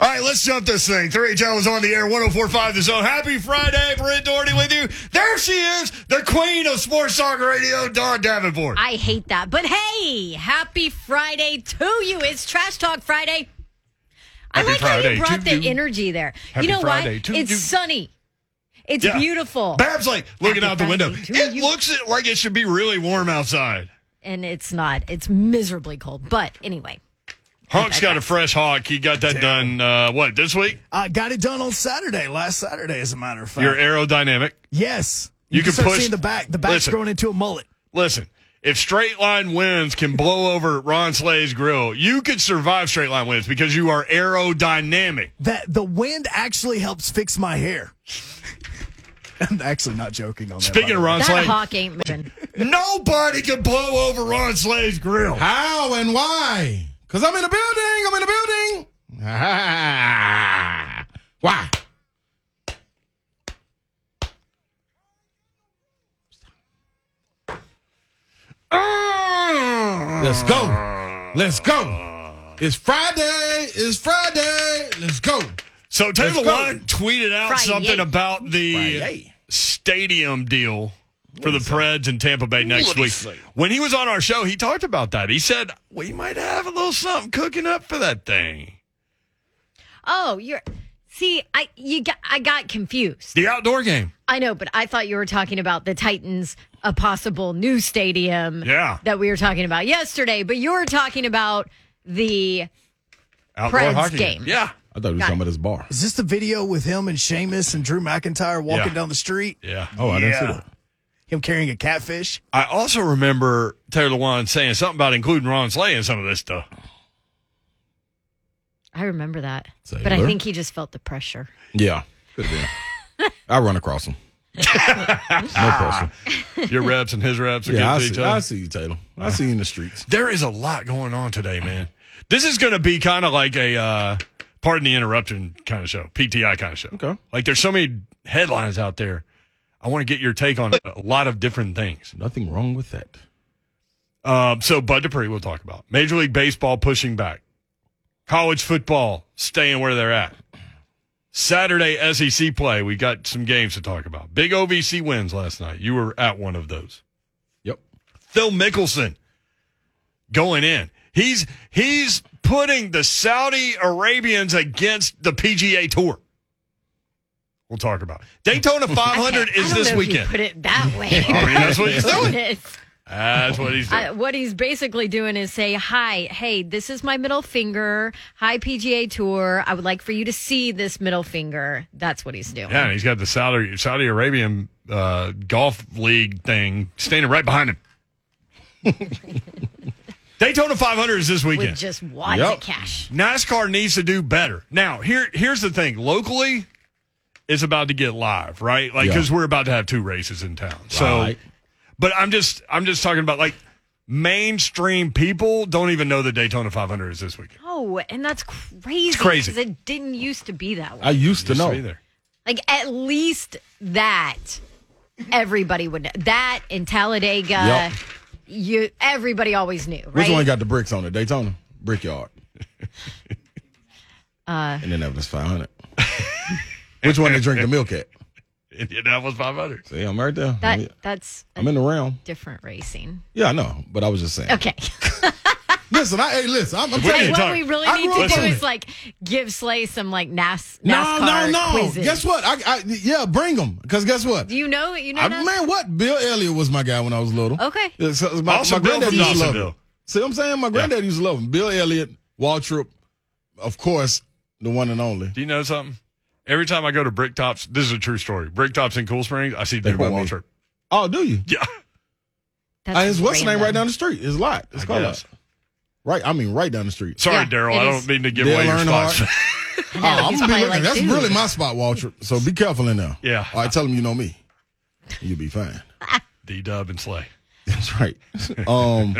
All right, let's jump this thing. 3HL is on the air, 1045 The Zone. Happy Friday, Britt Doherty with you. There she is, the queen of sports talk radio, Dawn Davenport. I hate that. But hey, happy Friday to you. It's Trash Talk Friday. I Happy like how Friday you brought to the you. energy there. Happy you know Friday why? to it's you. sunny. It's Yeah. beautiful. Bab's like looking Happy out the Friday window. to It you. looks it like it should be really warm outside. and it's not. It's miserably cold. But anyway, Honk's got a fresh hawk. He got that done, uh, what, this week? Uh, got it done on Saturday, last Saturday, as a matter Uh-huh. of fact. You're aerodynamic. yes. You can start push- seeing the back. The back's Listen. growing into a mullet. Listen, if straight line winds can blow over Ron Slay's grill, you could survive straight line winds because you are aerodynamic. That the wind actually helps fix my hair. I'm actually not joking on that. by Speaking the of way. Ron that Slay, hawk ain't moving. nobody can blow over Ron Slay's grill. How and why? Because I'm in a building. I'm in a building. Ah, why? Let's go. Let's go. It's Friday. It's Friday. Let's go. So Taylor Let's go. One tweeted out Friday. something about the Friday. stadium deal for the Preds and Tampa Bay next What week. is that? When he was on our show, he talked about that. He said we might have a little something cooking up for that thing. Oh, you're. See, I you got I got confused. The outdoor game. I know, but I thought you were talking about the Titans, a possible new stadium Yeah. that we were talking about yesterday. But you were talking about the Outdoor Preds hockey game. Yeah. I thought we were Got it. talking about this bar. Is this the video with him and Seamus and Drew McIntyre walking Yeah. down the street? Yeah. Oh, I didn't see that. Him carrying a catfish? I also remember Taylor Lewan saying something about including Ron Slay in some of this stuff. I remember that. Say But I hello. think he just felt the pressure. Yeah, could have been. I run across him. no question. Your reps and his reps are Yeah, I good to each see, other. I see you, Taylor. I see you in the streets. There is a lot going on today, man. This is going to be kind of like a uh, pardon the interruption kind of show, PTI kind of show. Okay. Like there's so many headlines out there. I want to get your take on a lot of different things. Nothing wrong with that. Um, so Bud Dupree we'll talk about. Major League Baseball pushing back. College football staying where they're at. Saturday SEC play. We got some games to talk about. Big OVC wins last night. You were at one of those. Yep. Phil Mickelson going in. He's he's putting the Saudi Arabians against the PGA Tour. We'll talk about it. Daytona 500 Okay, I is this don't know if you weekend. put it that way. I mean, that's what he's doing. It's- That's what he's doing. I- what he's basically doing is say, "Hi, hey, this is my middle finger. Hi, PGA Tour. I would like for you to see this middle finger." That's what he's doing. yeah, and he's got the Saudi Saudi Arabian uh, golf league thing standing right behind him. Daytona 500 is this With weekend. just wads Yep. of cash. NASCAR needs to do better. Now, here here's the thing. Locally, it's about to get live, right? Like Yeah. because we're about to have two races in town. So, Right. but I'm just I'm just talking about like mainstream people don't even know the Daytona 500 is this weekend. Oh, and that's crazy. crazy. 'cause It didn't used to be that way. I used to Used know. be there. Like at least that everybody would know. That in Talladega, Yep. you everybody always knew, Which right? one got the bricks on it? Daytona, Brickyard. uh, Indianapolis 500. Which one they drink the milk at? Indianapolis 500. See, I'm right there. that I'm, that's a I'm in the realm. different racing. Yeah, I know, but I was just saying. Okay. Listen, I hey, listen, I'm, Wait, I'm telling like you. didn't what talk- we really I need grew to up do on it. is like give Slay some like NAS, No, no, NASCAR no. quizzes. Guess what? I, I yeah, bring them. Cause guess what? Do you know you know I, NAS- man, what? Bill Elliott was my guy when I was little. Okay. Yeah, so my, Also my Bill granddad from used to love Dawsonville. him. See what I'm saying? My granddad used to love him. Bill Elliott, Waltrip, of course, the one and only. Do you know something? Every time I go to Bricktops, this is a true story. Bricktops in Cool Springs, I see Duke about me. Waltrip. Oh, do you? Yeah. That's Uh, his what's name random. right down the street? His lot. It's I called guess. lot. Right. I mean, right down the street. Sorry, Yeah, Daryl. it I is. don't mean to give Dale away your Earnhardt. spots. I Oh, know, I'm he's gonna be probably looking. like, That's dude. really my spot, Waltrip. So be careful in there. Yeah. All right. Tell him you know me. You'll be fine. D Dub and Slay. That's right. Um,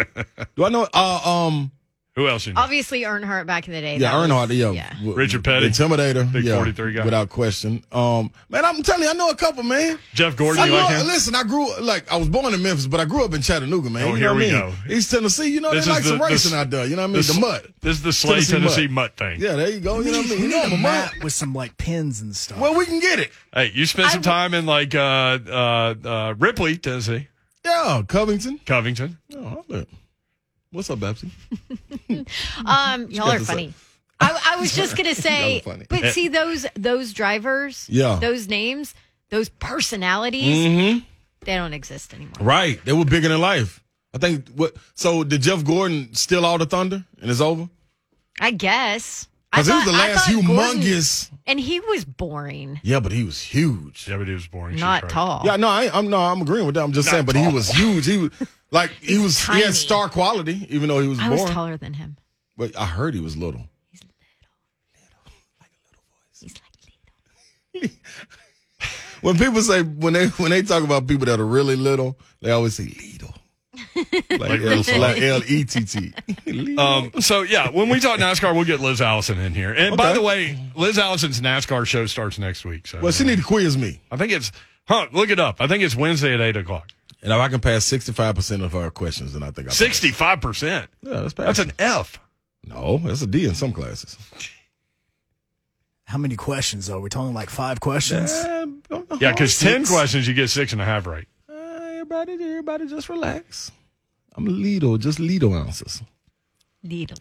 do I know? Uh, um, Who else? You know? Obviously, Earnhardt back in the day. Yeah, That was- Earnhardt. Yeah, yeah. W- Richard Petty. Intimidator. Big yeah, 43 guy. Without question. Um, man, I'm telling you, I know a couple, man. Jeff Gordon, I you like know- him? Listen, I grew like I was born in Memphis, but I grew up in Chattanooga, man. Oh, you here know what we I mean? go. East Tennessee, you know This they is like some the- this- racing out there. You know what I mean? This- The mud. This is the Slay Tennessee Tennessee Mutt. Mutt thing. Yeah, there you go. You know what I mean? We You know need I'm a a mud. map with some like pins and stuff. Well, we can get it. Hey, you spent some time in like uh, uh, uh, Ripley, Tennessee, Yeah, Covington. Covington. Oh, look. What's up, Babsy? Um, y'all are to say- funny. I, I was just gonna say, Y'all are funny. but see those those drivers, Yeah. Mm-hmm. those names, those personalities, they don't exist anymore. Right. They were bigger than life. I think what so did Jeff Gordon steal all the thunder and it's over? I guess I Because he was the thought- I last thought Gordon- humongous. and he was boring, yeah, but he was huge. Yeah, but it was boring. She's not right. tall. Yeah, no, I, I'm no, I'm agreeing with that. I'm just saying, but he was huge. He was like he was he tiny. had star quality, even though he was I was born. taller than him. But I heard he was little. He's like When people say when they when they talk about people that are really little, they always say little, like L- like L E T T. Um, so yeah, when we talk NASCAR, we'll get Liz Allison in here. And by Okay. the way, Liz Allison's NASCAR show starts next week. So Well, she need to quiz me, I think it's huh. Look it up. I think it's Wednesday at eight o'clock. and if I can pass sixty five percent of her questions, then I think I pass. Sixty-five percent. Yeah, that's, That's an F. no, that's a D in some classes. How many questions are we talking? Like five questions. Yeah, because ten Six. questions, you get six and a half right. uh, everybody, everybody, just relax. I'm little, just little ounces. needle.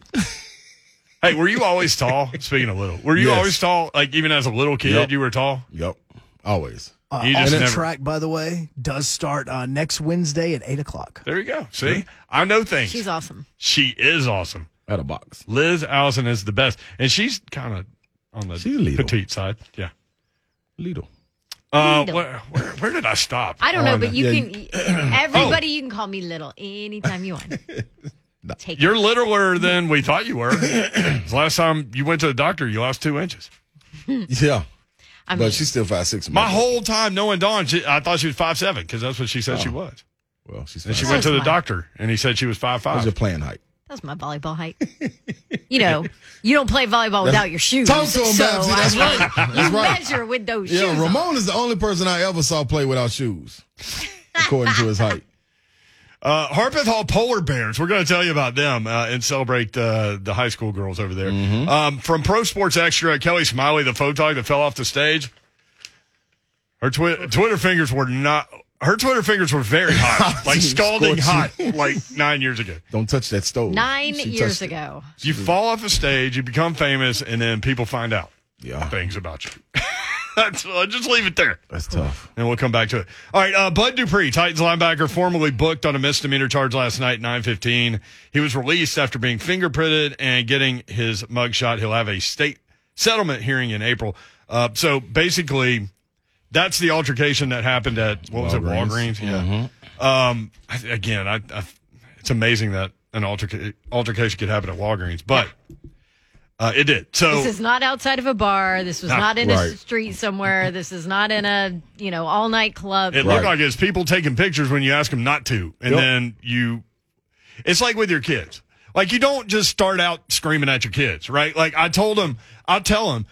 Hey, were you always tall? Speaking of little, were you Yes. always tall? Like even as a little kid, Yep. you were tall. Yep, always. Uh, You just off the never- track, by the way, does start uh, next Wednesday at eight o'clock. There you go. See, I know things. She's awesome. she is awesome. Out of box. Liz Allison is the best, and she's kind of on the She's a little. petite side. Yeah. Little. Uh, Little. where, where where did I stop? I don't Oh, know, no. but you Yeah, can. Everybody, you can call me little anytime you want. Take You're littler than we thought you were. The Last time you went to the doctor, you lost two inches. Yeah, Hmm. I mean, but she's still five six. My whole time knowing Dawn, she, I thought she was five seven because that's what she said Oh. she was. well, she's And she five- went to the That's fine. doctor, and he said she was five How's your five. playing height? That's my volleyball height. You know, you don't play volleyball without your shoes. Talk to 'em, so Babsy. That's I right. really- That's you right. measure with those shoes. Yeah, on. Ramon is the only person I ever saw play without shoes, according to his height. Uh, Harpeth Hall Polar Bears. We're going to tell you about them uh, and celebrate uh, the high school girls over there. Um, from Pro Sports Extra, Kelly Smiley, the photog that fell off the stage. Her twi- Twitter fingers were not. Her Twitter fingers were very hot, like scalding hot, like nine years ago. Don't touch that stove. Nine She years touched it. ago. You fall off a stage, you become famous, and then people find out Yeah, things about you. That's, I'll just leave it there. that's tough. And we'll come back to it. All right, uh, Bud Dupree, Titans linebacker, formerly booked on a misdemeanor charge last night, nine fifteen. He was released after being fingerprinted and getting his mugshot. He'll have a state settlement hearing in April. Uh, so basically, that's the altercation that happened at what was it, Walgreens. Walgreens? Yeah. Um, I- again, I, I, it's amazing that an alterca- altercation could happen at Walgreens, but uh, it did. So This is not outside of a bar. This was Ah, not in a right. street somewhere. This is not in a you know all night club. It looked Right. like it's people taking pictures when you ask them not to, and Yep. then you. It's like with your kids. Like you don't just start out screaming at your kids, right? Like I told them, I tell them,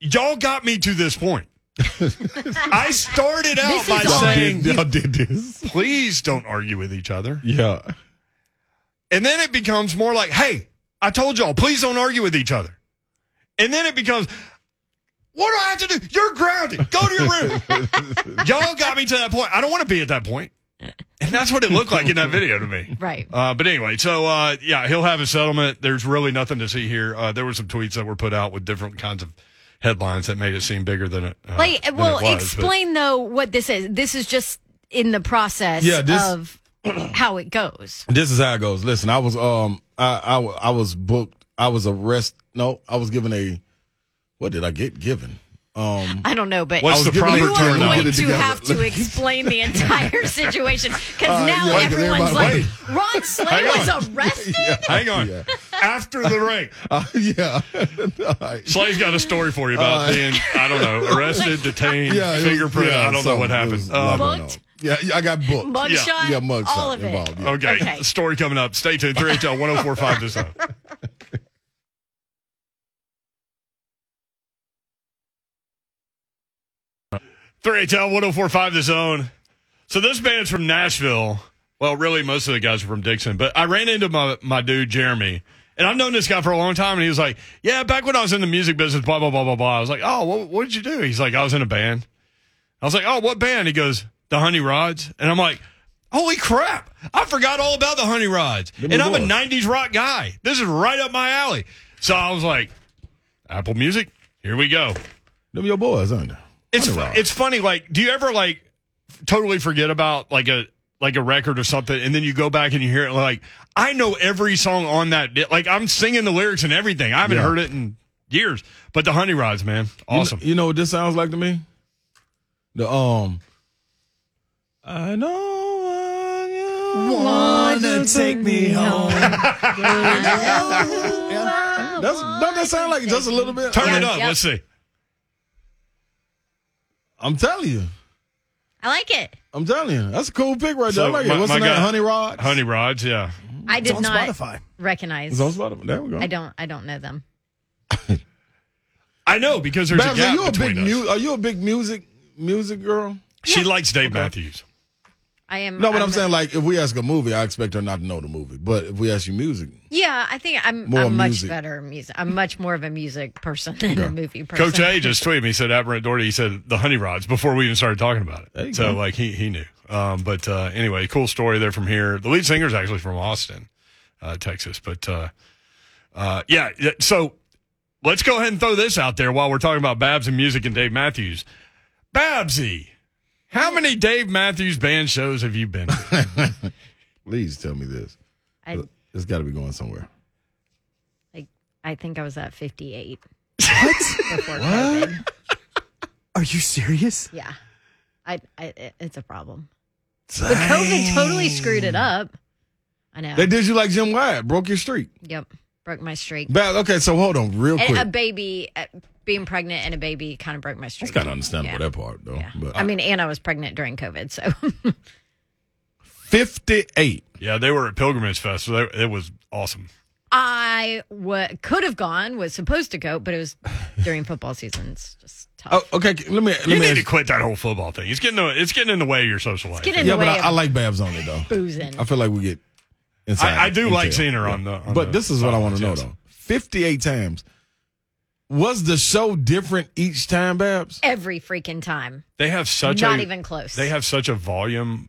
y'all got me to this point. I started out This by is on Y'all saying, did, y'all did this. please don't argue with each other. Yeah, And then it becomes more like, hey, I told y'all, please don't argue with each other. And then it becomes, what do I have to do? You're grounded. Go to your room. y'all got me to that point. I don't want to be at that point. And that's what it looked like in that video to me. right. Uh, but anyway, so uh, yeah, he'll have a settlement. There's really nothing to see here. Uh, there were some tweets that were put out with different kinds of headlines that made it seem bigger than it. Uh, Like, than well, it was, but- explain though what this is. This is just in the process Yeah, this- of how it goes. this is how it goes. Listen, I was um, I I, w- I was booked. I was arrested. No, I was given a. What did I get given? Um, I don't know, but What's I was the given proper a- you Robert are Turner. going Get to Let me get it have to together. explain the entire situation because Uh, now yeah, 'cause everyone's everybody- like, Wait. Ron Slay Hang on. was arrested. Hang on. Yeah. After the break. Uh, yeah. All right. Slay's got a story for you about Uh, being, I don't know, arrested, detained, Yeah, it was- fingerprint. yeah, I don't know something. what It happened. was a Um, lot going Booked? on. Yeah, yeah, I got booked. Mugshot, yeah, mugshot all of it. involved. Yeah. okay. Okay. oh Story coming up. Stay tuned. 3HL 1045 this time. 3HL 1045 The Zone. So this band's from Nashville. Well, really, most of the guys are from Dixon, but I ran into my, my dude, Jeremy, and I've known this guy for a long time. And he was like, Yeah, back when I was in the music business, blah, blah, blah, blah, blah. I was like, Oh, what, what did you do? He's like, I was in a band. I was like, Oh, what band? He goes, The Honey Rods. And I'm like, Holy crap. I forgot all about the Honey Rods. Them And I'm a boys. 90s rock guy. This is right up my alley. So I was like, Apple Music, here we go. Them your boys, aren't they? It's Honey fu- Rods. it's funny. Like, do you ever like totally forget about like a like a record or something, and then you go back and you hear it? Like, I know every song on that. di- Like, I'm singing the lyrics and everything. I haven't Yeah. heard it in years. But the Honey Rods, man, You kn- awesome. You know, what this sounds like to me? The um. I know. Wanna take me home? That's, don't that sound like just a little bit? Turn it Yeah. up. Yep. Let's see. I'm telling you. I like it. I'm telling you. That's a cool pick right there. I like it. my- What's my the name? guy- Honey Rod? Honey Rods. Yeah. I It's did on not Spotify. recognize. It's on Spotify. There we go. I don't. I don't know them. I know because there's Babs, a are gap you a between big us. mu- are you a big music music girl? she likes Dave Matthews. I am. No, but I'm a- saying like if we ask a movie, I expect her not to know the movie. But if we ask you music, Yeah, I think I'm. More I'm much music. better at music. I'm much more of a music person than a movie person. Coach A just tweeted me. He said Aberrant Doherty. He said the Honey Rods before we even started talking about There it. you So go. like he he knew. Um, but uh, anyway, cool story there from here. The lead singer's actually from Austin, uh, Texas. But uh, uh, yeah, yeah, so let's go ahead and throw this out there while we're talking about Babs and music and Dave Matthews. Babsy, how many Dave Matthews band shows have you been? to? please tell me this. I It's got to be going somewhere. like. I think I was at 58. What? Before COVID. Are you serious? Yeah. I, I. it- It's a problem. But COVID totally screwed it up. I know. They did you like Jim Wyatt, broke your streak. Yep. Broke my streak. Babs, okay, so hold on, real And quick. a baby, uh, being pregnant and a baby kind of broke my streak. It's kind of understandable Yeah. that part though. Yeah. But I mean, and I was pregnant during COVID, so 58. yeah, they were at Pilgrimage Fest. So they, it was awesome. I wa could have gone, was supposed to go, but it was during football season. It's just tough. Oh, okay, let me let You me need ask- to quit that whole football thing. It's getting it's getting in the way of your social life. Get in Yeah, the but way I, of I like Babs on it though. boozing. I feel like we get inside. I, I do like detail. seeing her on the. On But the this is what I want sidelines, to know yes. though. 58 times. Was the show different each time, Babs? Every freaking time. They have such Not a, even close. They have such a volume,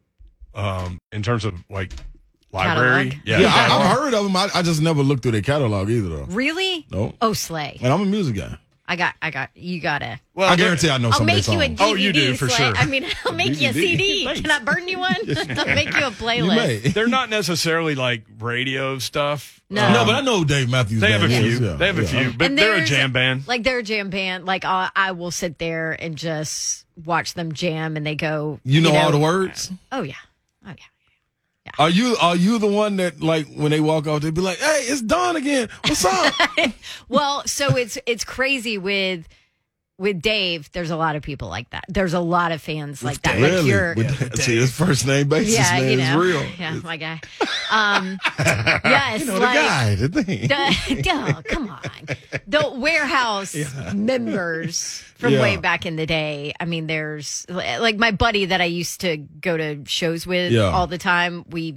um, in terms of like library. Catalog. Yeah, I, I've heard of them. I, I just never looked through their catalog either, though. Really? No. Oh, Slay. And I'm a music guy. I got, I got, you gotta. well, I guarantee I know I'll some of their make you a songs. DVD. Oh, you do, for Slay. sure. I mean, I'll make you a DVD. CD. Can I burn you one? I'll make you a You playlist. may. They're not necessarily like radio stuff. Um, No. no, but I know who Dave Matthews. They have a Band few. is, yeah, They have a yeah. few, but And they're a there's- jam band. Like they're a jam band. Like I, I will sit there and just watch them jam, and they go. You know, all the words. Oh yeah, oh yeah. Are you are you the one that like when they walk off, they be like, "Hey, it's Don again. What's up?" Well, so it's it's crazy with with Dave. There's a lot of people like that. There's a lot of fans like that. Like really? you're, With- see, his first name basis, yeah, man, you know, is real. Yeah, my guy. Um, yes, You know like, the guy, the thing. the- duh, come on. The warehouse members from Yeah. way back in the day. I mean, there's like my buddy that I used to go to shows with Yeah. all the time. We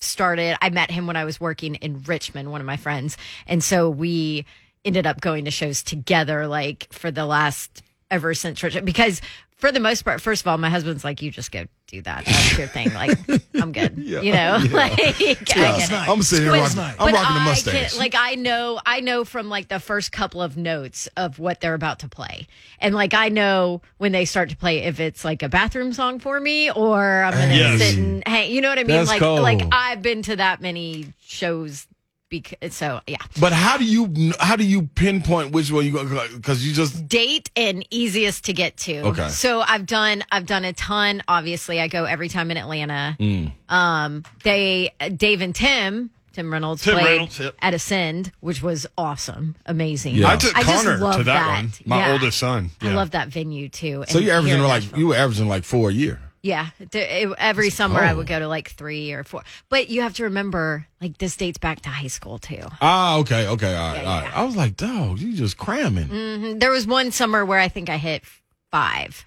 started, I met him when I was working in Richmond, one of my friends. And so we ended up going to shows together, like for the last ever since Richmond, because for the most part, first of all, my husband's like, you just go do that. That's your thing. Like, I'm good. You know, like, I get it. I'm sitting here But- rocking. I'm but rocking the I mustache. can- like I know, I know from like the first couple of notes of what they're about to play, and like I know when they start to play if it's like a bathroom song for me or I'm gonna Yes. sit and hang. You know what I mean? That's like, cool. like I've been to that many shows. Because, so yeah, but how do you kn- how do you pinpoint which one you go? Because you just date and easiest to get to. Okay. So I've done I've done a ton. Obviously, I go every time in Atlanta. Mm. Um, they Dave and Tim Tim Reynolds Tim played Reynolds, yep. at Ascend, which was awesome, amazing. Yeah. I took Connor to that, one. My Yeah. oldest son. I Yeah. love that venue too. so And you're averaging here in like Nashville. you were averaging like four a year. Yeah, D- it- every summer I cold. would go to like three or four. But you have to remember, like this dates back to high school too. Ah, okay, okay, all right, Yeah, Mm. all right. I was like, dog, you just cramming. There was one summer where I think I hit five.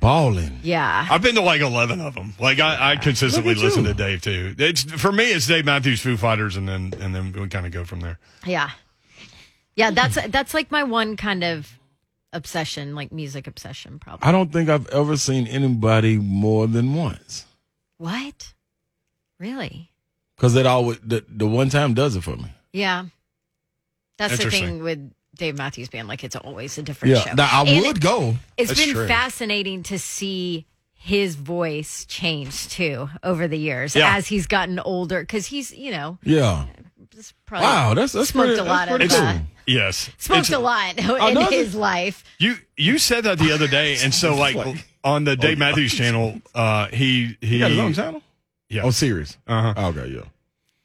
balling. Yeah. I've been to like eleven of them. Like I, I consistently Look at listen you. to Dave too. It's for me, it's Dave Matthews, Foo Fighters, and then and then we kind of go from there. Yeah. Yeah, that's that's like my one kind of obsession, like music obsession probably. I don't think I've ever seen anybody more than once. What? Really? Because that always the, the one time does it for me. Yeah. That's the Interesting. thing with Dave Matthews Band. Like, it's always a different show. Now, I And would it- go. It's That's been true. fascinating to see his voice change too over the years Yeah. as he's gotten older because he's, you know, Yeah. just probably Wow, that's that's smoked pretty, a lot that's pretty of. It's uh, cool. yes, Smoked It's- Oh, a lot in does it? his life. You you said that the other day, and so like Like- oh, on the Dave Matthews channel, uh, he he He got his own channel. Yeah. Oh, serious. Uh-huh. Okay, yeah.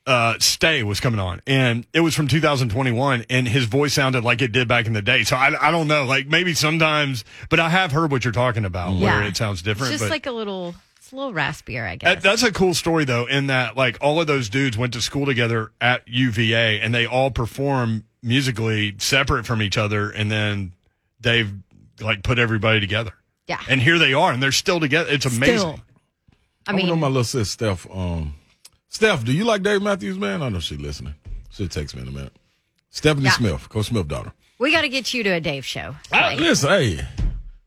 uh, Stay was coming on, and it was from 2021, and his voice sounded like it did back in the day. So I, I don't know, like maybe sometimes, but I have heard what you're talking about, where Yeah. it sounds It's different. just but like a little, it's a little raspier, I that- guess. that's a cool story though, in that like all of those dudes went to school together at UVA, and they all perform musically separate from each other, and then Dave like put everybody together, yeah. and here they are, and they're still together. It's amazing. Still. I I mean, mean, my little sister Steph. Um, Steph, do you like Dave Matthews, man? I know she's listening. She'll text me in a minute. Stephanie Yeah. Smith, Coach Smith daughter. we got to get you to a Dave show. I, listen, hey,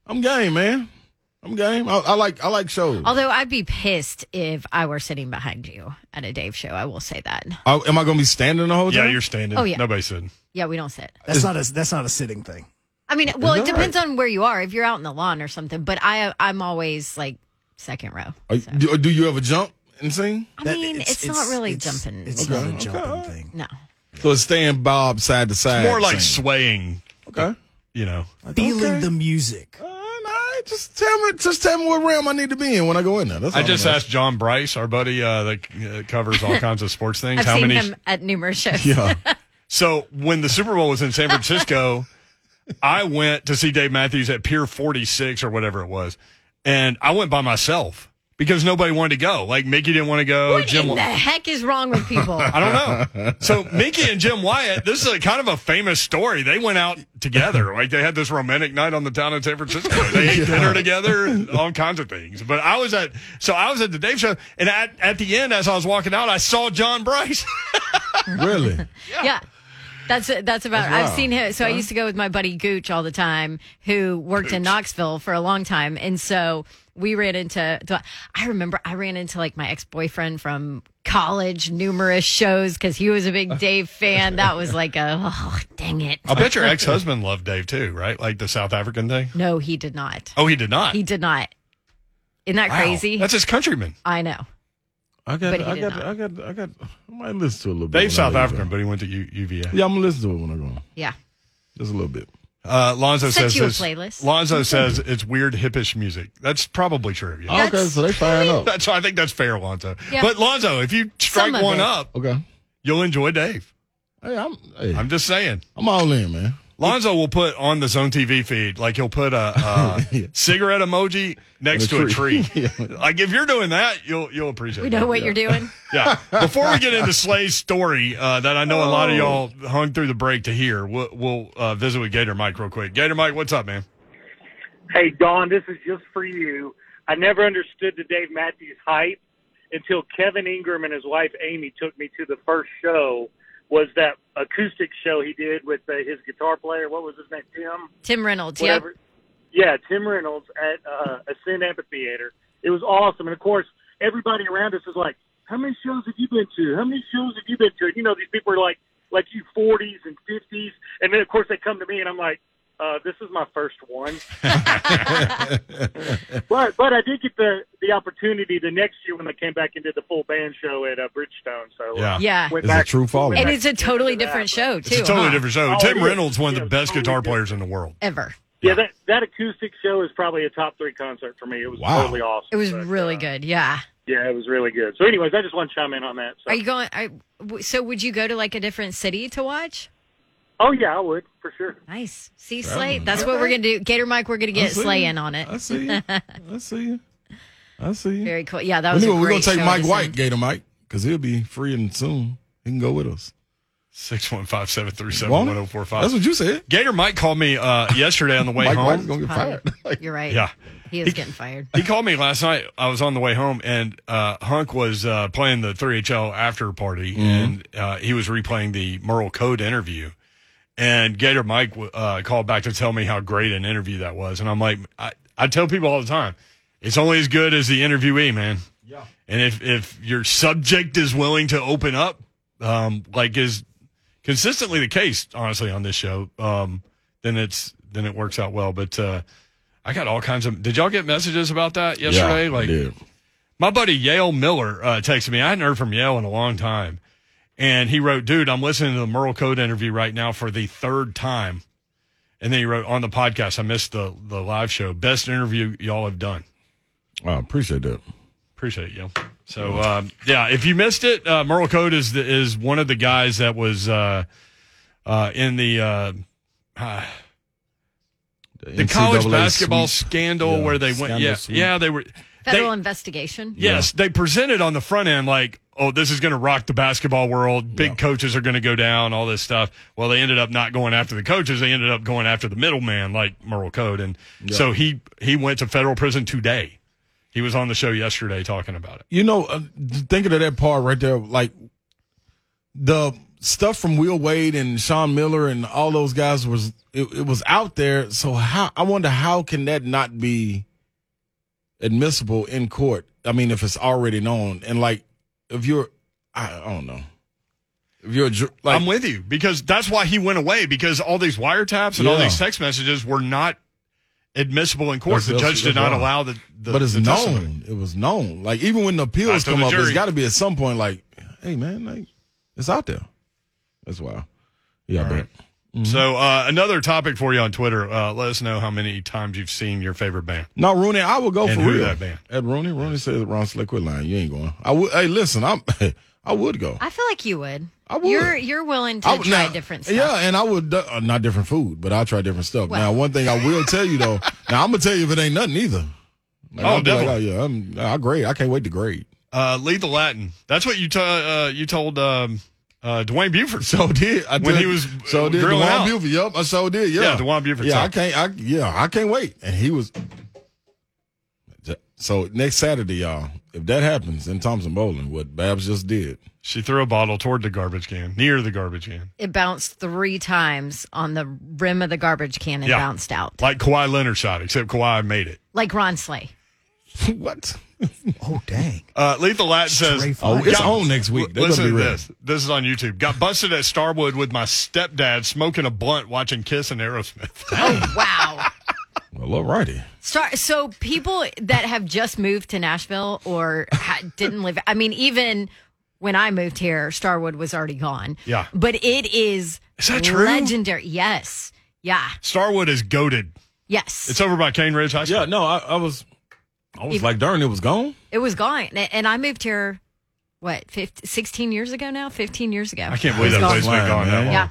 I'm game, man. I'm game. I, I like I like shows. Although I'd be pissed if I were sitting behind you at a Dave show. I will say that. I- am I gonna be standing the whole Yeah, time? you're standing. Oh, yeah. Nobody said. Yeah, we don't sit. That's not a that's not a sitting thing. I mean, well, it that depends on where you are. If you're out in the lawn or something, but I, I'm always like second row. Are you- do, do you ever jump and sing? I That- mean, it's, not really it's- jumping. It's Okay, not a okay, jumping all right. thing. no. So it's staying bob side to side. More like singing. swaying, okay. you know. Feeling okay. the music. Uh, nah, just tell me, just tell me what realm I need to be in when I go in there. That's I all just I'm asked John Bryce, our buddy uh, that uh, covers all kinds of sports things, I've how seen many. him at numerous shows. Yeah. So when the Super Bowl was in San Francisco, I went to see Dave Matthews at Pier 46 or whatever it was, and I went by myself because nobody wanted to go. Like Mickey didn't want to go. What Jim. in the heck is wrong with people? I don't know. So Mickey and Jim Wyatt, this is a kind of a famous story. They went out together. Like they had this romantic night on the town in San Francisco. They ate dinner together and all kinds of things. But I was at so I was at the Dave show and at, at the end as I was walking out, I saw John Bryce. really. yeah. That's that's Oh, about. I've wow. seen him. So I used to go with my buddy Gooch all the time, who worked in Knoxville for a long time, and so we ran into. to- I remember I ran into like my ex boyfriend from college numerous shows because he was a big Dave fan. That was like a oh dang it. I bet your ex husband loved Dave too, right? Like the South African thing. No, he did not. Oh, he did not. He did not. Isn't that Wow. crazy? That's his countryman. I know. I got, But he I did got, not. I got, I got. I might listen to a little bit. Dave's when I South leave, African, though. but he went to U- UVA. Yeah, I'm gonna listen to it when I go. on. Yeah. Just a little bit. Uh, Lonzo Sent says you a this- playlist. Lonzo says it's weird hippish music. That's probably true. Yeah. okay, so they firing up. That's I think that's fair, Lonzo. Yeah. But Lonzo, if you strike Some of one it. up, Okay. you'll enjoy Dave. Hey, I'm, hey, I'm I'm, just saying. all in, man. Lonzo will put on the Zone TV feed, like he'll put a, Oh, uh Yeah. cigarette emoji next And to a a tree. tree. Like if you're doing that, you'll you'll appreciate. We know that. what you're doing. Yeah. Before we get into Slay's story, uh, that I know a Oh. lot of y'all hung through the break to hear, we'll, we'll uh, visit with Gator Mike real quick. Gator Mike, what's up, man? Hey, Don, this is just for you. I never understood the Dave Matthews hype until Kevin Ingram and his wife Amy took me to the first show. Was that acoustic show he did with uh, his guitar player? What was his name? Tim. Tim Reynolds. Yep. Whatever. Yeah, Tim Reynolds at uh, Ascend Amphitheater. It was awesome, and of course, everybody around us was like, "How many shows have you been to? How many shows have you been to?" And you know, these people are like, like you, forties and fifties, and then of course they come to me, and I'm like, uh, "This is my first one." But but I did get the the opportunity the next year when they came back and did the full band show at uh, Bridgestone. So uh, Yeah. Yeah. went It's a back- true follow. went And back it's a to totally that, different but- show too. It's a totally huh? different show. Oh, Tim it is. Reynolds, one of the Yeah, best totally guitar different. players in the world. Ever. Yeah, that that acoustic show is probably a top three concert for me. It was Wow. totally awesome. It was But, really uh, good. Yeah. Yeah, it was really good. So, anyways, I just want to chime in on that. So. Are you going? Are, w- so would you go to like a different city to watch? oh yeah, I would for sure. Nice. See, Traveling. Slay. That's what we're gonna do. Gator Mike, we're gonna I get see Slay you. in on it. I see you. I see you. I see you. Very cool. Yeah, that was. Anyway, a we're gonna great take show Mike to White, see. Gator Mike, because he'll be free and soon. He can go with us. 615 737 Won't he? 1045. That's what you said. Gator Mike called me uh, yesterday on the way Mike home. White's gonna get Probably. fired. Like, You're right. Yeah. He is getting fired. He called me last night. I was on the way home, and uh, Hunk was uh, playing the 3HL after party, and uh, he was replaying the Merle Code interview. And Gator Mike uh, called back to tell me how great an interview that was, and I'm like, I, I tell people all the time, it's only as good as the interviewee, man. Yeah. And if if your subject is willing to open up, um, like is consistently the case, honestly, on this show, um, then it's then it works out well. But uh, I got all kinds of. Did y'all get messages about that yesterday? Yeah, like dude. my buddy Yale Miller uh, texted me. I hadn't heard from Yale in a long time, and he wrote, "Dude, I'm listening to the Merle Code interview right now for the third time." And then he wrote on the podcast. I missed the the live show. Best interview y'all have done. I appreciate that. Appreciate it, yo. So um, yeah, if you missed it, uh, Merle Code is the, is one of the guys that was uh, uh, in the uh, uh, the college NCAA basketball suite. scandal Yeah, where they went. scandal Yeah, suite. yeah, they were. Federal they, investigation. yes, they presented on the front end like, oh, this is going to rock the basketball world. Big coaches are going to go down. All this stuff. Well, they ended up not going after the coaches. They ended up going after the middleman, like Merle Code, and so he he went to federal prison today. He was on the show yesterday talking about it. You know, uh, thinking of that part right there, like the stuff from Will Wade and Sean Miller and all those guys was it, it was out there. So how I wonder how can that not be admissible in court? I mean, if it's already known and like if you're, I, I don't know, if you're a ju- like I'm with you because that's why he went away because all these wiretaps and all Yeah. these text messages were not admissible in court. That's- the that's- judge did that's not wrong. allow the, the but it's the known. testimony. It was known. Like even when the appeals Not to come the up, there's jury. got to be at some point like, hey man, like it's out there. That's wild. Yeah, but Mm-hmm. So uh, another topic for you on Twitter. Uh, let us know how many times you've seen your favorite band. no Rooney, I would go And for who real. that band? At Rooney, Rooney says Ron Slick quit line. You ain't going. I would. Hey, listen, I'm. I would go. I feel like you would. I would. You're you're willing to I would- try now- different stuff. Yeah, and I would uh, not different food, but I'll try different stuff. Well. Now, one thing I will tell you though, now I'm gonna tell you if it ain't nothing either. Like, Oh, I'll be like, definitely. oh, yeah, I'm. I grade. I can't wait to grade. Uh, Lead the Latin. That's what you t- uh, you told um, uh, Dwayne Buford. So did I When did- he was, uh, so did grilling Dewan out. Buford. Yep, I so did. Yeah, Yeah, Dewan Buford, Yeah, so- I can't. I yeah, I can't wait. And he was. So next Saturday, y'all, if that happens in Thompson Bowling, what Babs just did, She threw a bottle toward the garbage can, near the garbage can, It bounced three times on the rim of the garbage can and Yeah. bounced out. like Kawhi Leonard shot, except Kawhi made it. Like Ron Slay. what? Oh, dang. Uh, Lethal Latin Stray says, uh, Oh, it's on next week. They listen better to be ready. this. This is on YouTube. Got busted at Starwood with my stepdad smoking a blunt, watching Kiss and Aerosmith. Oh wow. Well, alrighty. Star- so people that have just moved to Nashville or ha- didn't live, I mean, even when I moved here, Starwood was already gone. Yeah. But it is, Is that true? legendary. Yes. Yeah. Starwood is goaded. Yes. It's over by Cane Ridge High School. Yeah, no, I, I was, I was like, darn, it was gone. it was gone. A- And I moved here, what, 15, 16 years ago now? 15 years ago. I can't believe that It's gone. place has been Lying, gone that man. long. Yeah.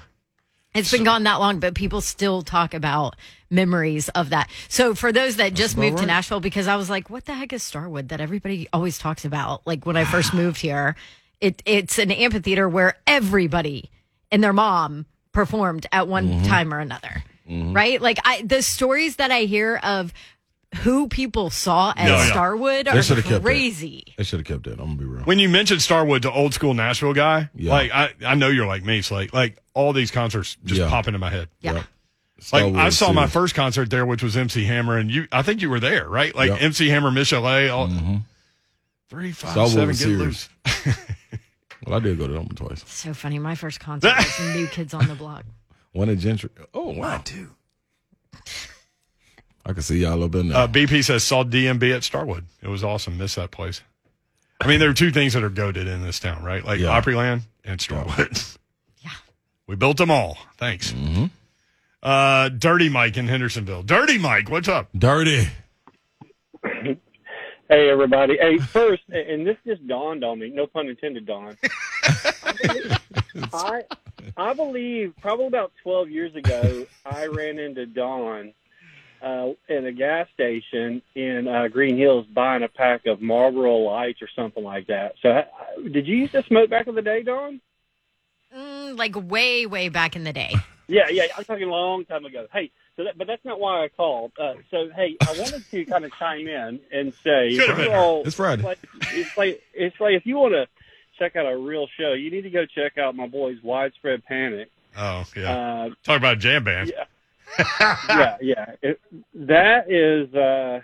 It's been gone that long, but people still talk about memories of that. So for those that just moved to Nashville, because I was like, what the heck is Starwood that everybody always talks about? Like when I first moved here, it it's an amphitheater where everybody and their mom performed at one time or another. Right? Like I the stories that I hear of who people saw at Yeah, yeah. Starwood They should've are kept it. crazy. They should have kept it. I'm gonna be real. When you mentioned Starwood to old school Nashville guy, Yeah. like I, I know you're like me. It's like like all these concerts just Yeah. pop into my head. Yeah. Like Star I Wars saw my series. first concert there, which was MC Hammer, and you. I think you were there, right? Like Yeah. MC Hammer, Michelet, all three, five, Star Wars seven, get series. loose. Well, I did go to them twice. So funny. My first concert was New Kids on the Block. One at Gentry. Oh wow, I do. I can see y'all up in there. Uh, BP says saw DMB at Starwood. It was awesome. Miss that place. I mean, there are two things that are goaded in this town, right? Like Yeah. Opryland and Starwood. Yeah. We built them all. Thanks. Uh, Dirty Mike in Hendersonville. Dirty Mike, what's up? Dirty. Hey, everybody. Hey, first, and this just dawned on me, no pun intended, Dawn. I, I believe probably about 12 years ago, I ran into Dawn uh, in a gas station in uh, Green Hills buying a pack of Marlboro Lights or something like that. So, uh, I, I- did you used to smoke back in the day, Dawn? Mm, like way, way back in the day. Yeah, yeah. I'm talking a long time ago. Hey, so that, but that's not why I called. Uh, so hey, I wanted to kind of chime in and say, Should've first been of all, It's Friday. Like, it's like it's like if you want to check out a real show, you need to go check out my boys Widespread Panic. Oh, yeah. Uh, Talk about jam band. yeah, yeah, yeah. It, that is. Uh,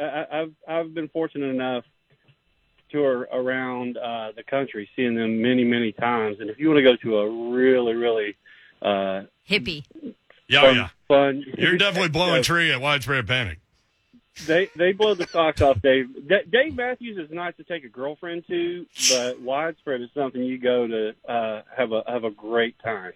I, I've I've been fortunate enough to tour around uh, the country, seeing them many many times. And if you want to go to a really really uh, Hippie. Yeah, oh, fun, yeah. fun, You're definitely blowing tree at widespread panic. They they blow the socks off Dave. Da- Dave Matthews is nice to take a girlfriend to, but widespread is something you go to uh, have a have a great time.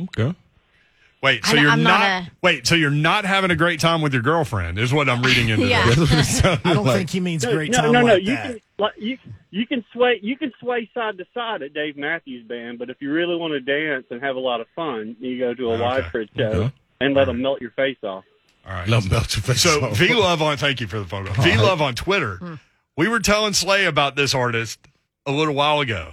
Okay. Wait, so I- you're I'm not, not wait, so you're not having a great time with your girlfriend is what I'm reading into. Yeah. This. That's what it sounded I don't like. think he means No, great no, time no, no. like you that. can like, you you can sway you can sway side to side at Dave Matthews Band, but if you really want to dance and have a lot of fun, you go to a Oh, Okay. widespread show Okay. Mm-hmm. and let them melt your face off. All right. Love melt your face So off. V Love on thank you for the phone call. V Love on Twitter. Hmm. We were telling Slay about this artist a little while ago.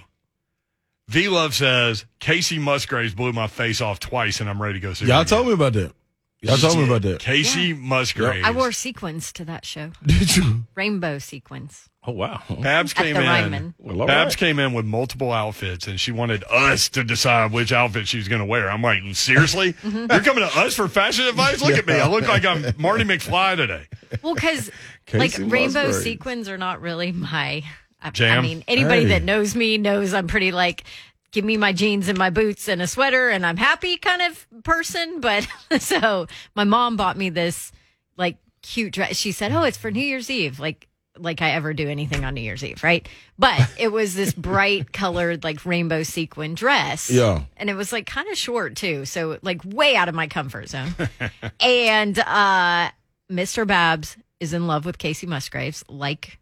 V Love says Casey Musgraves blew my face off twice, and I'm ready to go see. her Y'all again." told me about that. Y'all told me about that. Casey Musgraves. I wore sequins to that show. Did you? Rainbow sequins Oh wow. Babs at came the in. Ryman. Well, all Babs right. came in with multiple outfits, and she wanted us to decide which outfit she was going to wear. I'm like, seriously, Mm-hmm. you're coming to us for fashion advice? Look at me, I look like I'm Marty McFly today. Well, because like Casey rainbow Musgraves. sequins are not really my I, I Jam? mean, anybody Hey. that knows me knows I'm pretty like give me my jeans and my boots and a sweater and I'm happy kind of person. But so my mom bought me this like cute dress. She said, "Oh, it's for New Year's Eve." Like like I ever do anything on New Year's Eve, right? But it was this bright colored like rainbow sequin dress. Yeah. And it was like kind of short too. So like way out of my comfort zone. and uh Mr. Babs is in love with Casey Musgraves, like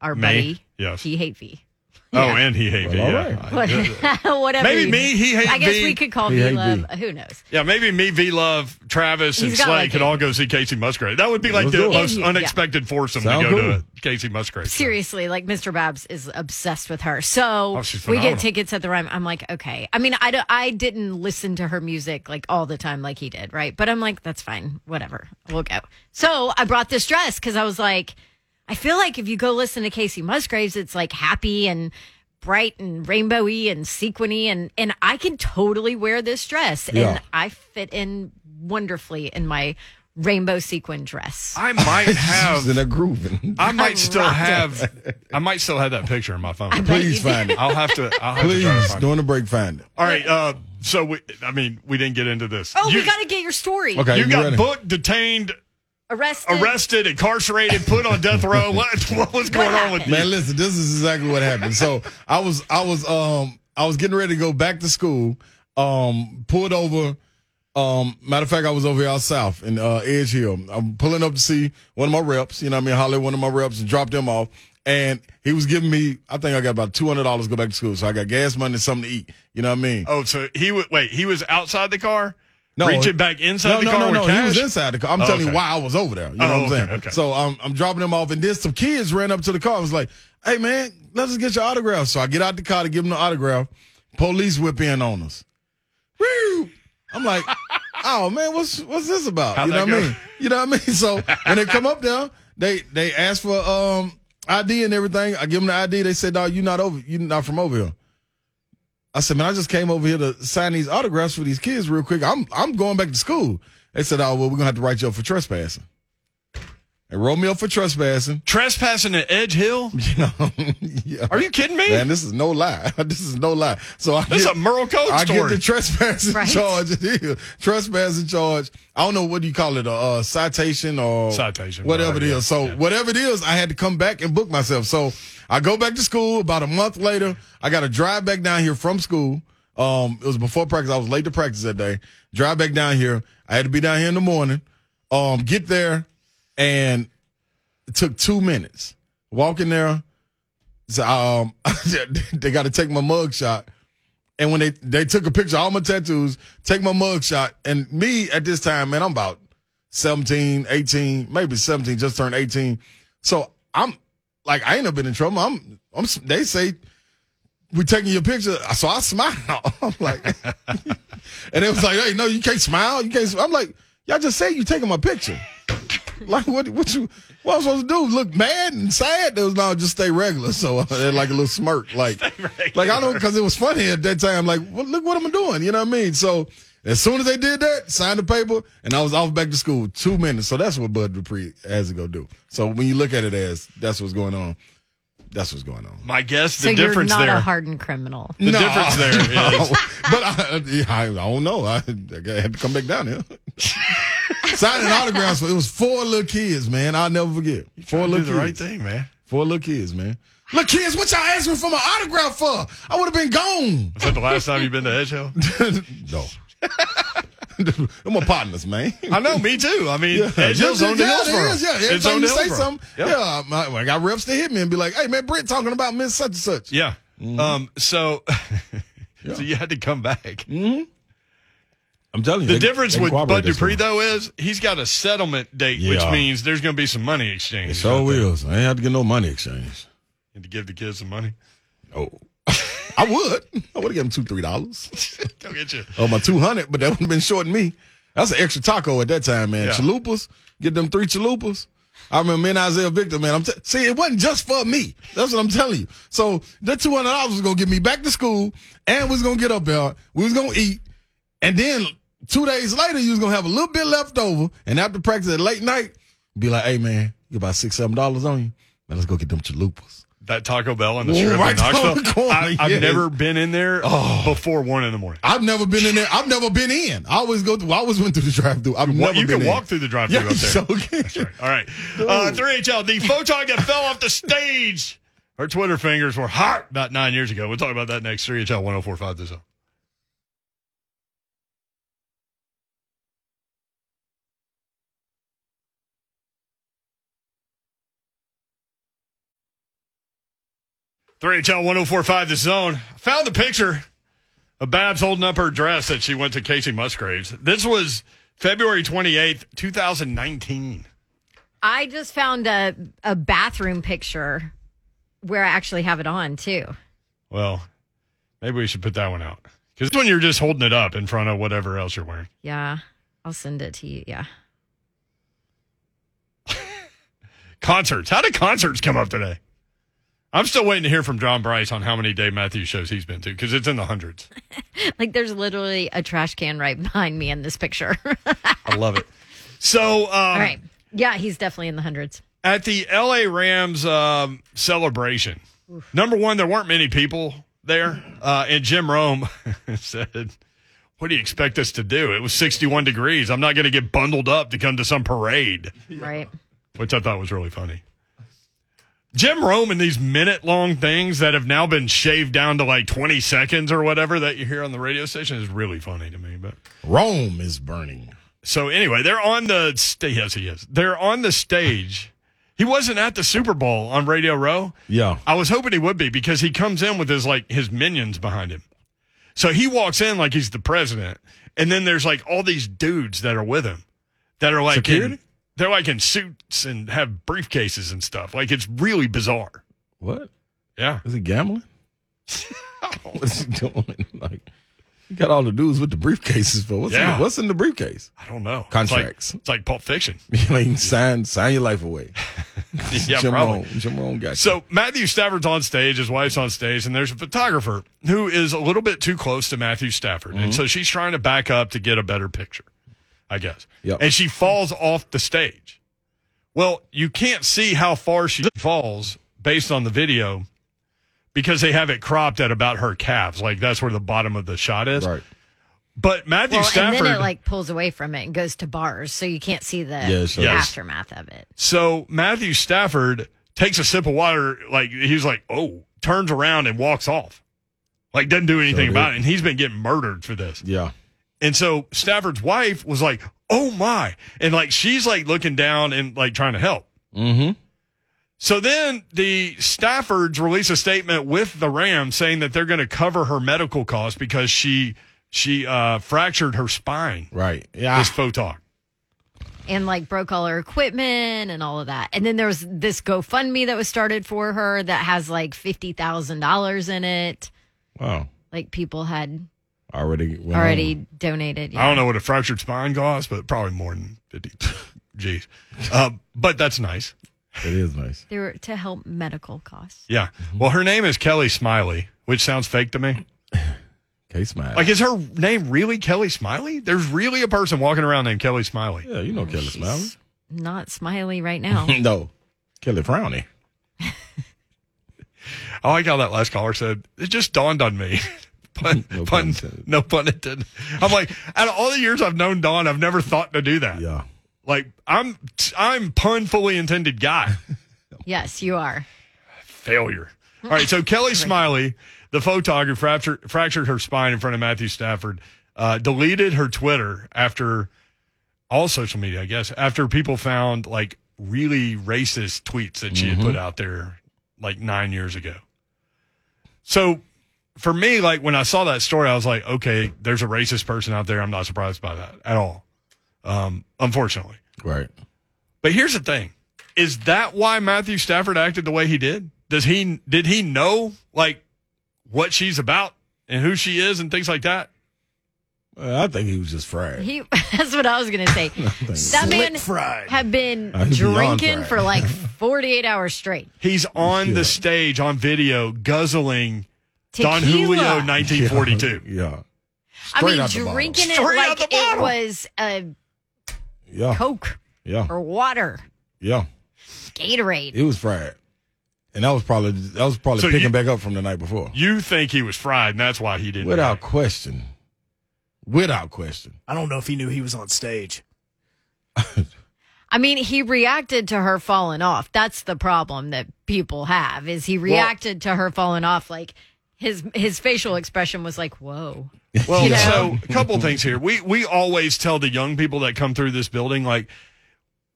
our Me? buddy. Yes. He hate V. Oh, and he hated. Well, all yeah. right. I- Whatever. Maybe you- me, he hate I guess V. we could call He V hate love. Who knows? Yeah, maybe me, V Love, Travis, and He's got Slay like could a- all go see Casey Musgrave. That would be like Let's the do it. most And you, unexpected foursome Sound to go cool. to a Casey Musgrave. show. Seriously, like Mr. Babs is obsessed with her. So Oh, she's we phenomenal. get tickets at the Rhyme. I'm like, okay. I mean, I, don't- I didn't listen to her music like all the time like he did, right? But I'm like, that's fine. Whatever. We'll go. So I brought this dress because I was like, I feel like if you go listen to Casey Musgraves, it's like happy and bright and rainbowy and sequiny and and I can totally wear this dress Yeah. and I fit in wonderfully in my rainbow sequin dress. I might She's in have. a groove. I might still rocked it. have. I might still have that picture in my phone. Please find it. I'll have to. I'll have To try to Please, find it. during the break, find it. All right. Uh, so we. I mean, we didn't get into this. Oh, you, we got to get your story. Okay, You you got ready? booked, detained, Arrested. arrested, incarcerated, put on death row. What? What was going on with Man, you? listen, this is exactly what happened. So I was I was um I was getting ready to go back to school. Um pulled over. Um matter of fact, I was over here out south in uh Edge Hill. I'm pulling up to see one of my reps, you know what I mean, holler at one of my reps and dropped them off. And he was giving me, I think I got about two hundred dollars to go back to school. So I got gas money and something to eat. You know what I mean? Oh, so he would wait. He was outside the car. reaching back inside no, the no, car No, with no, cash. He was inside the car. I'm Oh, telling okay. you why I was over there. You know Oh, what I'm okay, saying? okay. So um, I'm dropping them off, and then some kids ran up to the car. I was like, "Hey, man, let's just get your autograph." So I get out the car to give them the autograph. Police whip in on us. Woo! I'm like, "Oh man, what's what's this about?" How'd you know that what go? I mean? You know what I mean? So when they come up there, they they ask for um ID and everything. I give them the ID. They said, "No, you're not over. You're not from over here." I said, man, I just came over here to sign these autographs for these kids real quick. I'm I'm going back to school. They said, oh, well, we're gonna have to write you up for trespassing. They wrote me up for trespassing. Trespassing at Edge Hill. You know, yeah. Are you kidding me? Man, this is no lie. this is no lie. So I This is get- a Merle Code I story. get the trespassing Right. charge. Yeah. trespassing charge. I don't know what do you call it, a uh, citation or Citation, whatever right, it is. yeah, So yeah. whatever it is, I had to come back and book myself. So I go back to school about a month later. I got to drive back down here from school. Um, it was before practice. I was late to practice that day. Drive back down here. I had to be down here in the morning. Um, get there, and it took two minutes. Walk in there. So, um, they got to take my mug shot. And when they they took a picture of all my tattoos, take my mug shot, and me at this time, man, I'm about 17, 18, maybe 17, just turned 18. So I'm like, I ain't up been in trouble. I'm, I'm, they say we taking your picture. So I smiled. I'm like, and it was like, hey, no, you can't smile. You can't. sm-" I'm like, y'all just said you taking my picture. Like what? What you? What I was supposed to do? Look mad and sad? It was no, just stay regular. So I had like a little smirk, like, like I don't, because it was funny at that time. Like, well, look what I'm doing. You know what I mean? So as soon as they did that, signed the paper, and I was off back to school two minutes. So that's what Bud Dupree has to go do. So when you look at it as that's what's going on, that's what's going on. My guess, So the you're difference not there. a hardened criminal. the difference there is. No. but I, I, I don't know. I, I had to come back down here. Signing autographs. For, it was four little kids, man. I'll never forget. Four do little the kids. right thing, man. Four little kids, man. Look, kids, what y'all asking for my autograph for? I would have been gone. Is that the last time you've been to Edge Hill? no. They're my partners, man. I know, me too. I mean, Yeah, Edge Hill's yeah, on the yeah, hills it for is, Yeah, every It's time on you the say Hillsboro. something, Yep. yeah, my, I got reps to hit me and be like, "Hey, man, Brent talking about Miss such and such." Yeah. Mm-hmm. Um. So, so you had to come back. I'm telling you, The difference with Bud Dupree though is he's got a settlement date, which Yeah. means there's going to be some money exchange. So is. I ain't have to get no money exchange. And to give the kids some money. Oh, I would. I would have given him two, three dollars. Go get you. Oh, my two hundred, but that would have been short me. That's an extra taco at that time, man. Yeah. Chalupas, get them three chalupas. I remember me and Isaiah Victor, man. I'm t- see, it wasn't just for me. That's what I'm telling you. So that two hundred dollars was gonna get me back to school, and we was gonna get up there. We was gonna eat, and then two days later, you was gonna have a little bit left over. And after practice at late night, be like, hey man, you got about six, seven dollars on you. Man, let's go get them chalupas. That Taco Bell and the Ooh, strip right in Knoxville. down the corner, I, I've yes. never been in there Oh. before one in the morning. I've never been in there. I've never been in. I always go through. I always went through the drive-through. I've What never you been can in. walk through the drive-through Yeah, up there. so- All right. Uh, 3HL, the photon that fell off the stage. Her Twitter fingers were hot about nine years ago. We'll talk about that next. 3HL 1045 this up. Three HL one zero four five the zone. I found the picture of Babs holding up her dress that she went to Casey Musgraves. This was February twenty eighth, two thousand nineteen. I just found a a bathroom picture where I actually have it on too. Well, maybe we should put that one out because this one you're just holding it up in front of whatever else you're wearing. Yeah. I'll send it to you. Yeah. Concerts. How did concerts come up today? I'm still waiting to hear from John Bryce on how many Dave Matthews shows he's been to because it's in the hundreds. Like there's literally a trash can right behind me in this picture. I love it. So, um, All right. Yeah, he's definitely in the hundreds. at the LA Rams um, celebration, number one, there weren't many people there. Uh, and Jim Rome said, What do you expect us to do? It was 61 degrees. I'm not going to get bundled up to come to some parade, Right. which I thought was really funny. Jim Rome and these minute long things that have now been shaved down to like 20 seconds or whatever that you hear on the radio station is really funny to me. But Rome is burning. so anyway, they're on the sta- yes, he is. They're on the stage. He wasn't at the Super Bowl on Radio Row. Yeah. I was hoping he would be because he comes in with his like his minions behind him. So he walks in like he's the president, and then there's like all these dudes that are with him that are like in- Security? they're like in suits and have briefcases and stuff. Like it's really bizarre. What Yeah. is he gambling? What's he doing? Like, you got all the dudes with the briefcases for what's, Yeah. in, what's in the briefcase? I don't know. It's like- Contracts. It's like, Pulp Fiction. You ain't sign sign your life away. Yeah, Jim probably. Rome, Jim Rome got you. So Matthew Stafford's on stage, his wife's on stage, and there's a photographer who is a little bit too close to Matthew Stafford. Mm-hmm. And so she's trying to back up to get a better picture, I guess. Yep. And she falls off the stage. Well, you can't see how far she falls based on the video because they have it cropped at about her calves. Like that's where the bottom of the shot is. right. But Matthew Well, Stafford and then it like pulls away from it and goes to bars, so you can't see the Yeah, sure. Yes. aftermath of it. So Matthew Stafford takes a sip of water, like he's like, oh, turns around and walks off. Like doesn't do anything did. about it. And he's been getting murdered for this. Yeah. And so Stafford's wife was like, oh my. And like she's like looking down and like trying to help. Mm-hmm. So then the Staffords release a statement with the Rams saying that they're going to cover her medical costs because she she uh, fractured her spine. Right. Yeah. This photon. and like broke all her equipment and all of that. And then there was this GoFundMe that was started for her that has like fifty thousand dollars in it. Wow. Like people had Already. went already on. donated. I yeah. don't know what a fractured spine costs, but probably more than 50. Jeez. Uh, but that's nice. It is nice. They were to help medical costs. Yeah. Mm-hmm. Well, her name is Kelly Smiley, which sounds fake to me. Case Math. Like, is her name really Kelly Smiley? There's really a person walking around named Kelly Smiley. yeah, you know Kelly Smiley. She's Not smiley right now. no. Kelly Frowny. I like how that last caller said, it just dawned on me. pun, No no pun pun, intended. no pun intended. I'm like, out of all the years I've known Dawn, I've never thought to do that. Yeah. Like, I'm, I'm pun fully intended guy. yes, you are. failure. All right, so Kelly Smiley, the photographer, fractured, fractured her spine in front of Matthew Stafford, uh, deleted her Twitter after all social media, I guess, after people found like really racist tweets that she had put out there like nine years ago. So for me, like when I saw that story, I was like, okay, there's a racist person out there. I'm not surprised by that at all, um, unfortunately. Right. But here's the thing: is that why Matthew Stafford acted the way he did? Does he did he know like what she's about and who she is and things like that? Uh, I think he was just fried. He. That's what I was gonna say. that man Slick fried. had been Uh, he's beyond drinking fried. for like 48 hours straight. He's on Yeah. the stage on video guzzling Tequila. Don Julio 1942. Yeah. I mean, out the bottle. drinking it Straight out like the it bottle. was a Yeah. Coke Yeah. or water, Yeah. Gatorade. It was fried. And that was probably that was probably So picking you- back up from the night before. You think he was fried, and that's why he didn't. Without act. question. Without question. I don't know if he knew he was on stage. I mean, he reacted to her falling off. That's the problem that people have is he reacted to her falling off like his his facial expression was like, "Whoa." Well, Yeah. so a couple things here. We we always tell the young people that come through this building like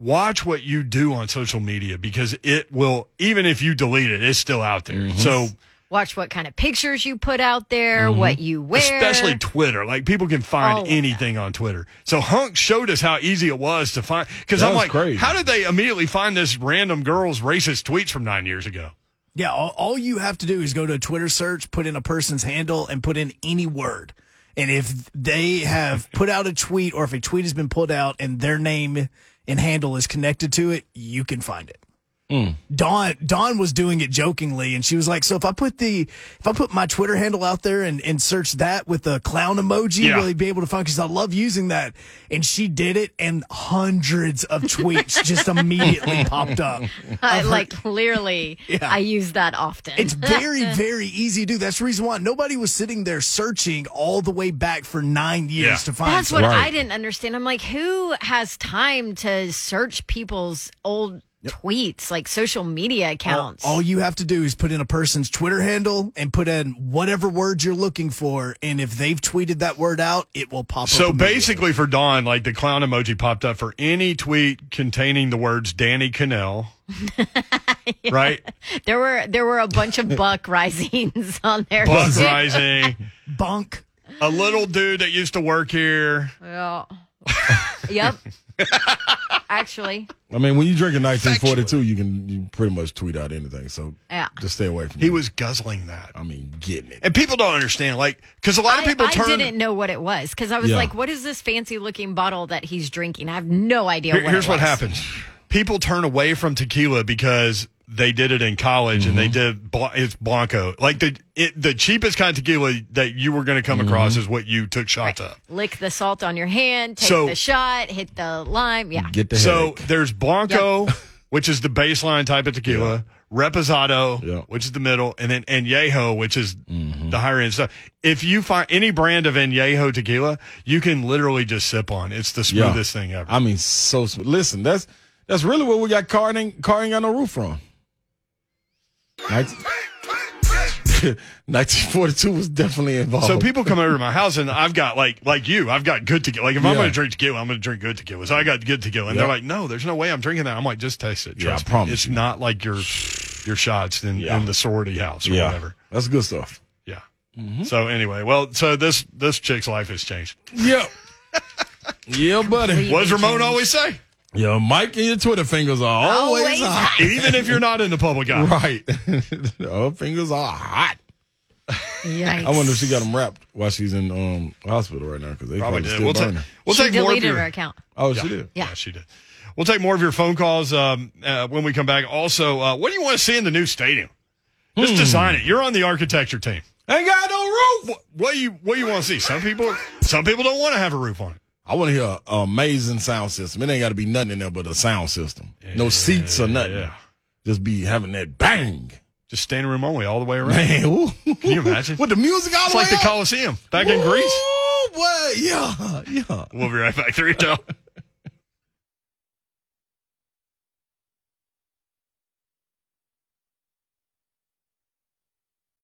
watch what you do on social media because it will even if you delete it, it's still out there. So Watch what kind of pictures you put out there, what you wear. especially Twitter. Like people can All find of that. anything on Twitter. So Hunk showed us how easy it was to find. Because That I'm was like, crazy. how did they immediately find this random girl's racist tweets from nine years ago? Yeah, all, all you have to do is go to a Twitter search, put in a person's handle, and put in any word. And if they have put out a tweet or if a tweet has been put out and their name and handle is connected to it, you can find it. Dawn Dawn was doing it jokingly and she was like, So if I put the if I put my Twitter handle out there and, and search that with a clown emoji, Yeah. will he be able to find because I love using that? And she did it and hundreds of tweets just immediately popped up. I, Uh, like clearly Yeah. I use that often. It's very, very easy to do. That's the reason why nobody was sitting there searching all the way back for nine years Yeah. to find That's what something. Right. I didn't understand. I'm like, who has time to search people's old tweets, like social media accounts? All you have to do is put in a person's Twitter handle and put in whatever word you're looking for, and if they've tweeted that word out, it will pop up. So immediately. basically, for Dawn, like the clown emoji popped up for any tweet containing the words Danny Cannell. Right, there were there were a bunch of Buck Risings on there. Buck too. Rising, bunk. a little dude that used to work here. Yeah. yep. Actually, I mean, when you drink in 1942, you can you pretty much tweet out anything. So Yeah. just stay away from He it. was guzzling that, I mean, getting it. and people don't understand. Like, because a lot of I, people I turn. didn't know what it was because I was Yeah. like, "What is this fancy looking bottle that he's drinking?" I have no idea. Here- what here's it what was. happens people turn away from tequila because they did it in college and they did bl- it's blanco like the it, the cheapest kind of tequila that you were going to come across is what you took shots of Lick the salt on your hand. Take So- the shot. Hit the lime. Yeah. Get the so headache. there's blanco which is the baseline type of tequila reposado Yeah. which is the middle and then añejo which is the higher end stuff if you find any brand of añejo tequila you can literally just sip on it's the Yeah. smoothest thing ever I mean, so sm- listen, that's that's really what we got car ain't, car ain't got no roof on. Nin- 1942 was definitely involved. So people come over to my house and I've got like like you, I've got good tequila. Like if I'm Yeah. going to drink tequila, I'm going to drink good tequila. So I got good tequila, and Yeah. they're like, "No, there's no way I'm drinking that." I'm like, "Just taste it. Yeah, I Trust me. promise It's you. not like your your shots in, Yeah. in the sorority house or yeah, whatever." that's good stuff. Yeah. Mm-hmm. So anyway, well, so this this chick's life has changed. Yep. yeah, buddy. What does Ramon always say? Your mic and your Twitter fingers are always, Always hot. Even if you're not in the public eye, Right. Our fingers are hot. Yikes. I wonder if she got them wrapped while she's in um hospital right now because they Probably probably, did. still We'll, ta- burning. we'll she take more of deleted your, her account. oh, she did. Yeah. Yeah. she did. We'll take more of your phone calls um, uh, when we come back. Also, uh, what do you want to see in the new stadium? Just design it. You're on the architecture team. Ain't got no roof. What, what do you what do you want to see? Some people some people don't want to have a roof on it. I want to hear an amazing sound system. It ain't got to be nothing in there but a sound system. no seats or nothing. yeah. Just be having that bang. Just standing room only all the way around. Man, ooh. Can you imagine? With the music all It's the like way the up. Coliseum back in Ooh, Greece. what? Yeah, yeah. We'll be right back. Three, two.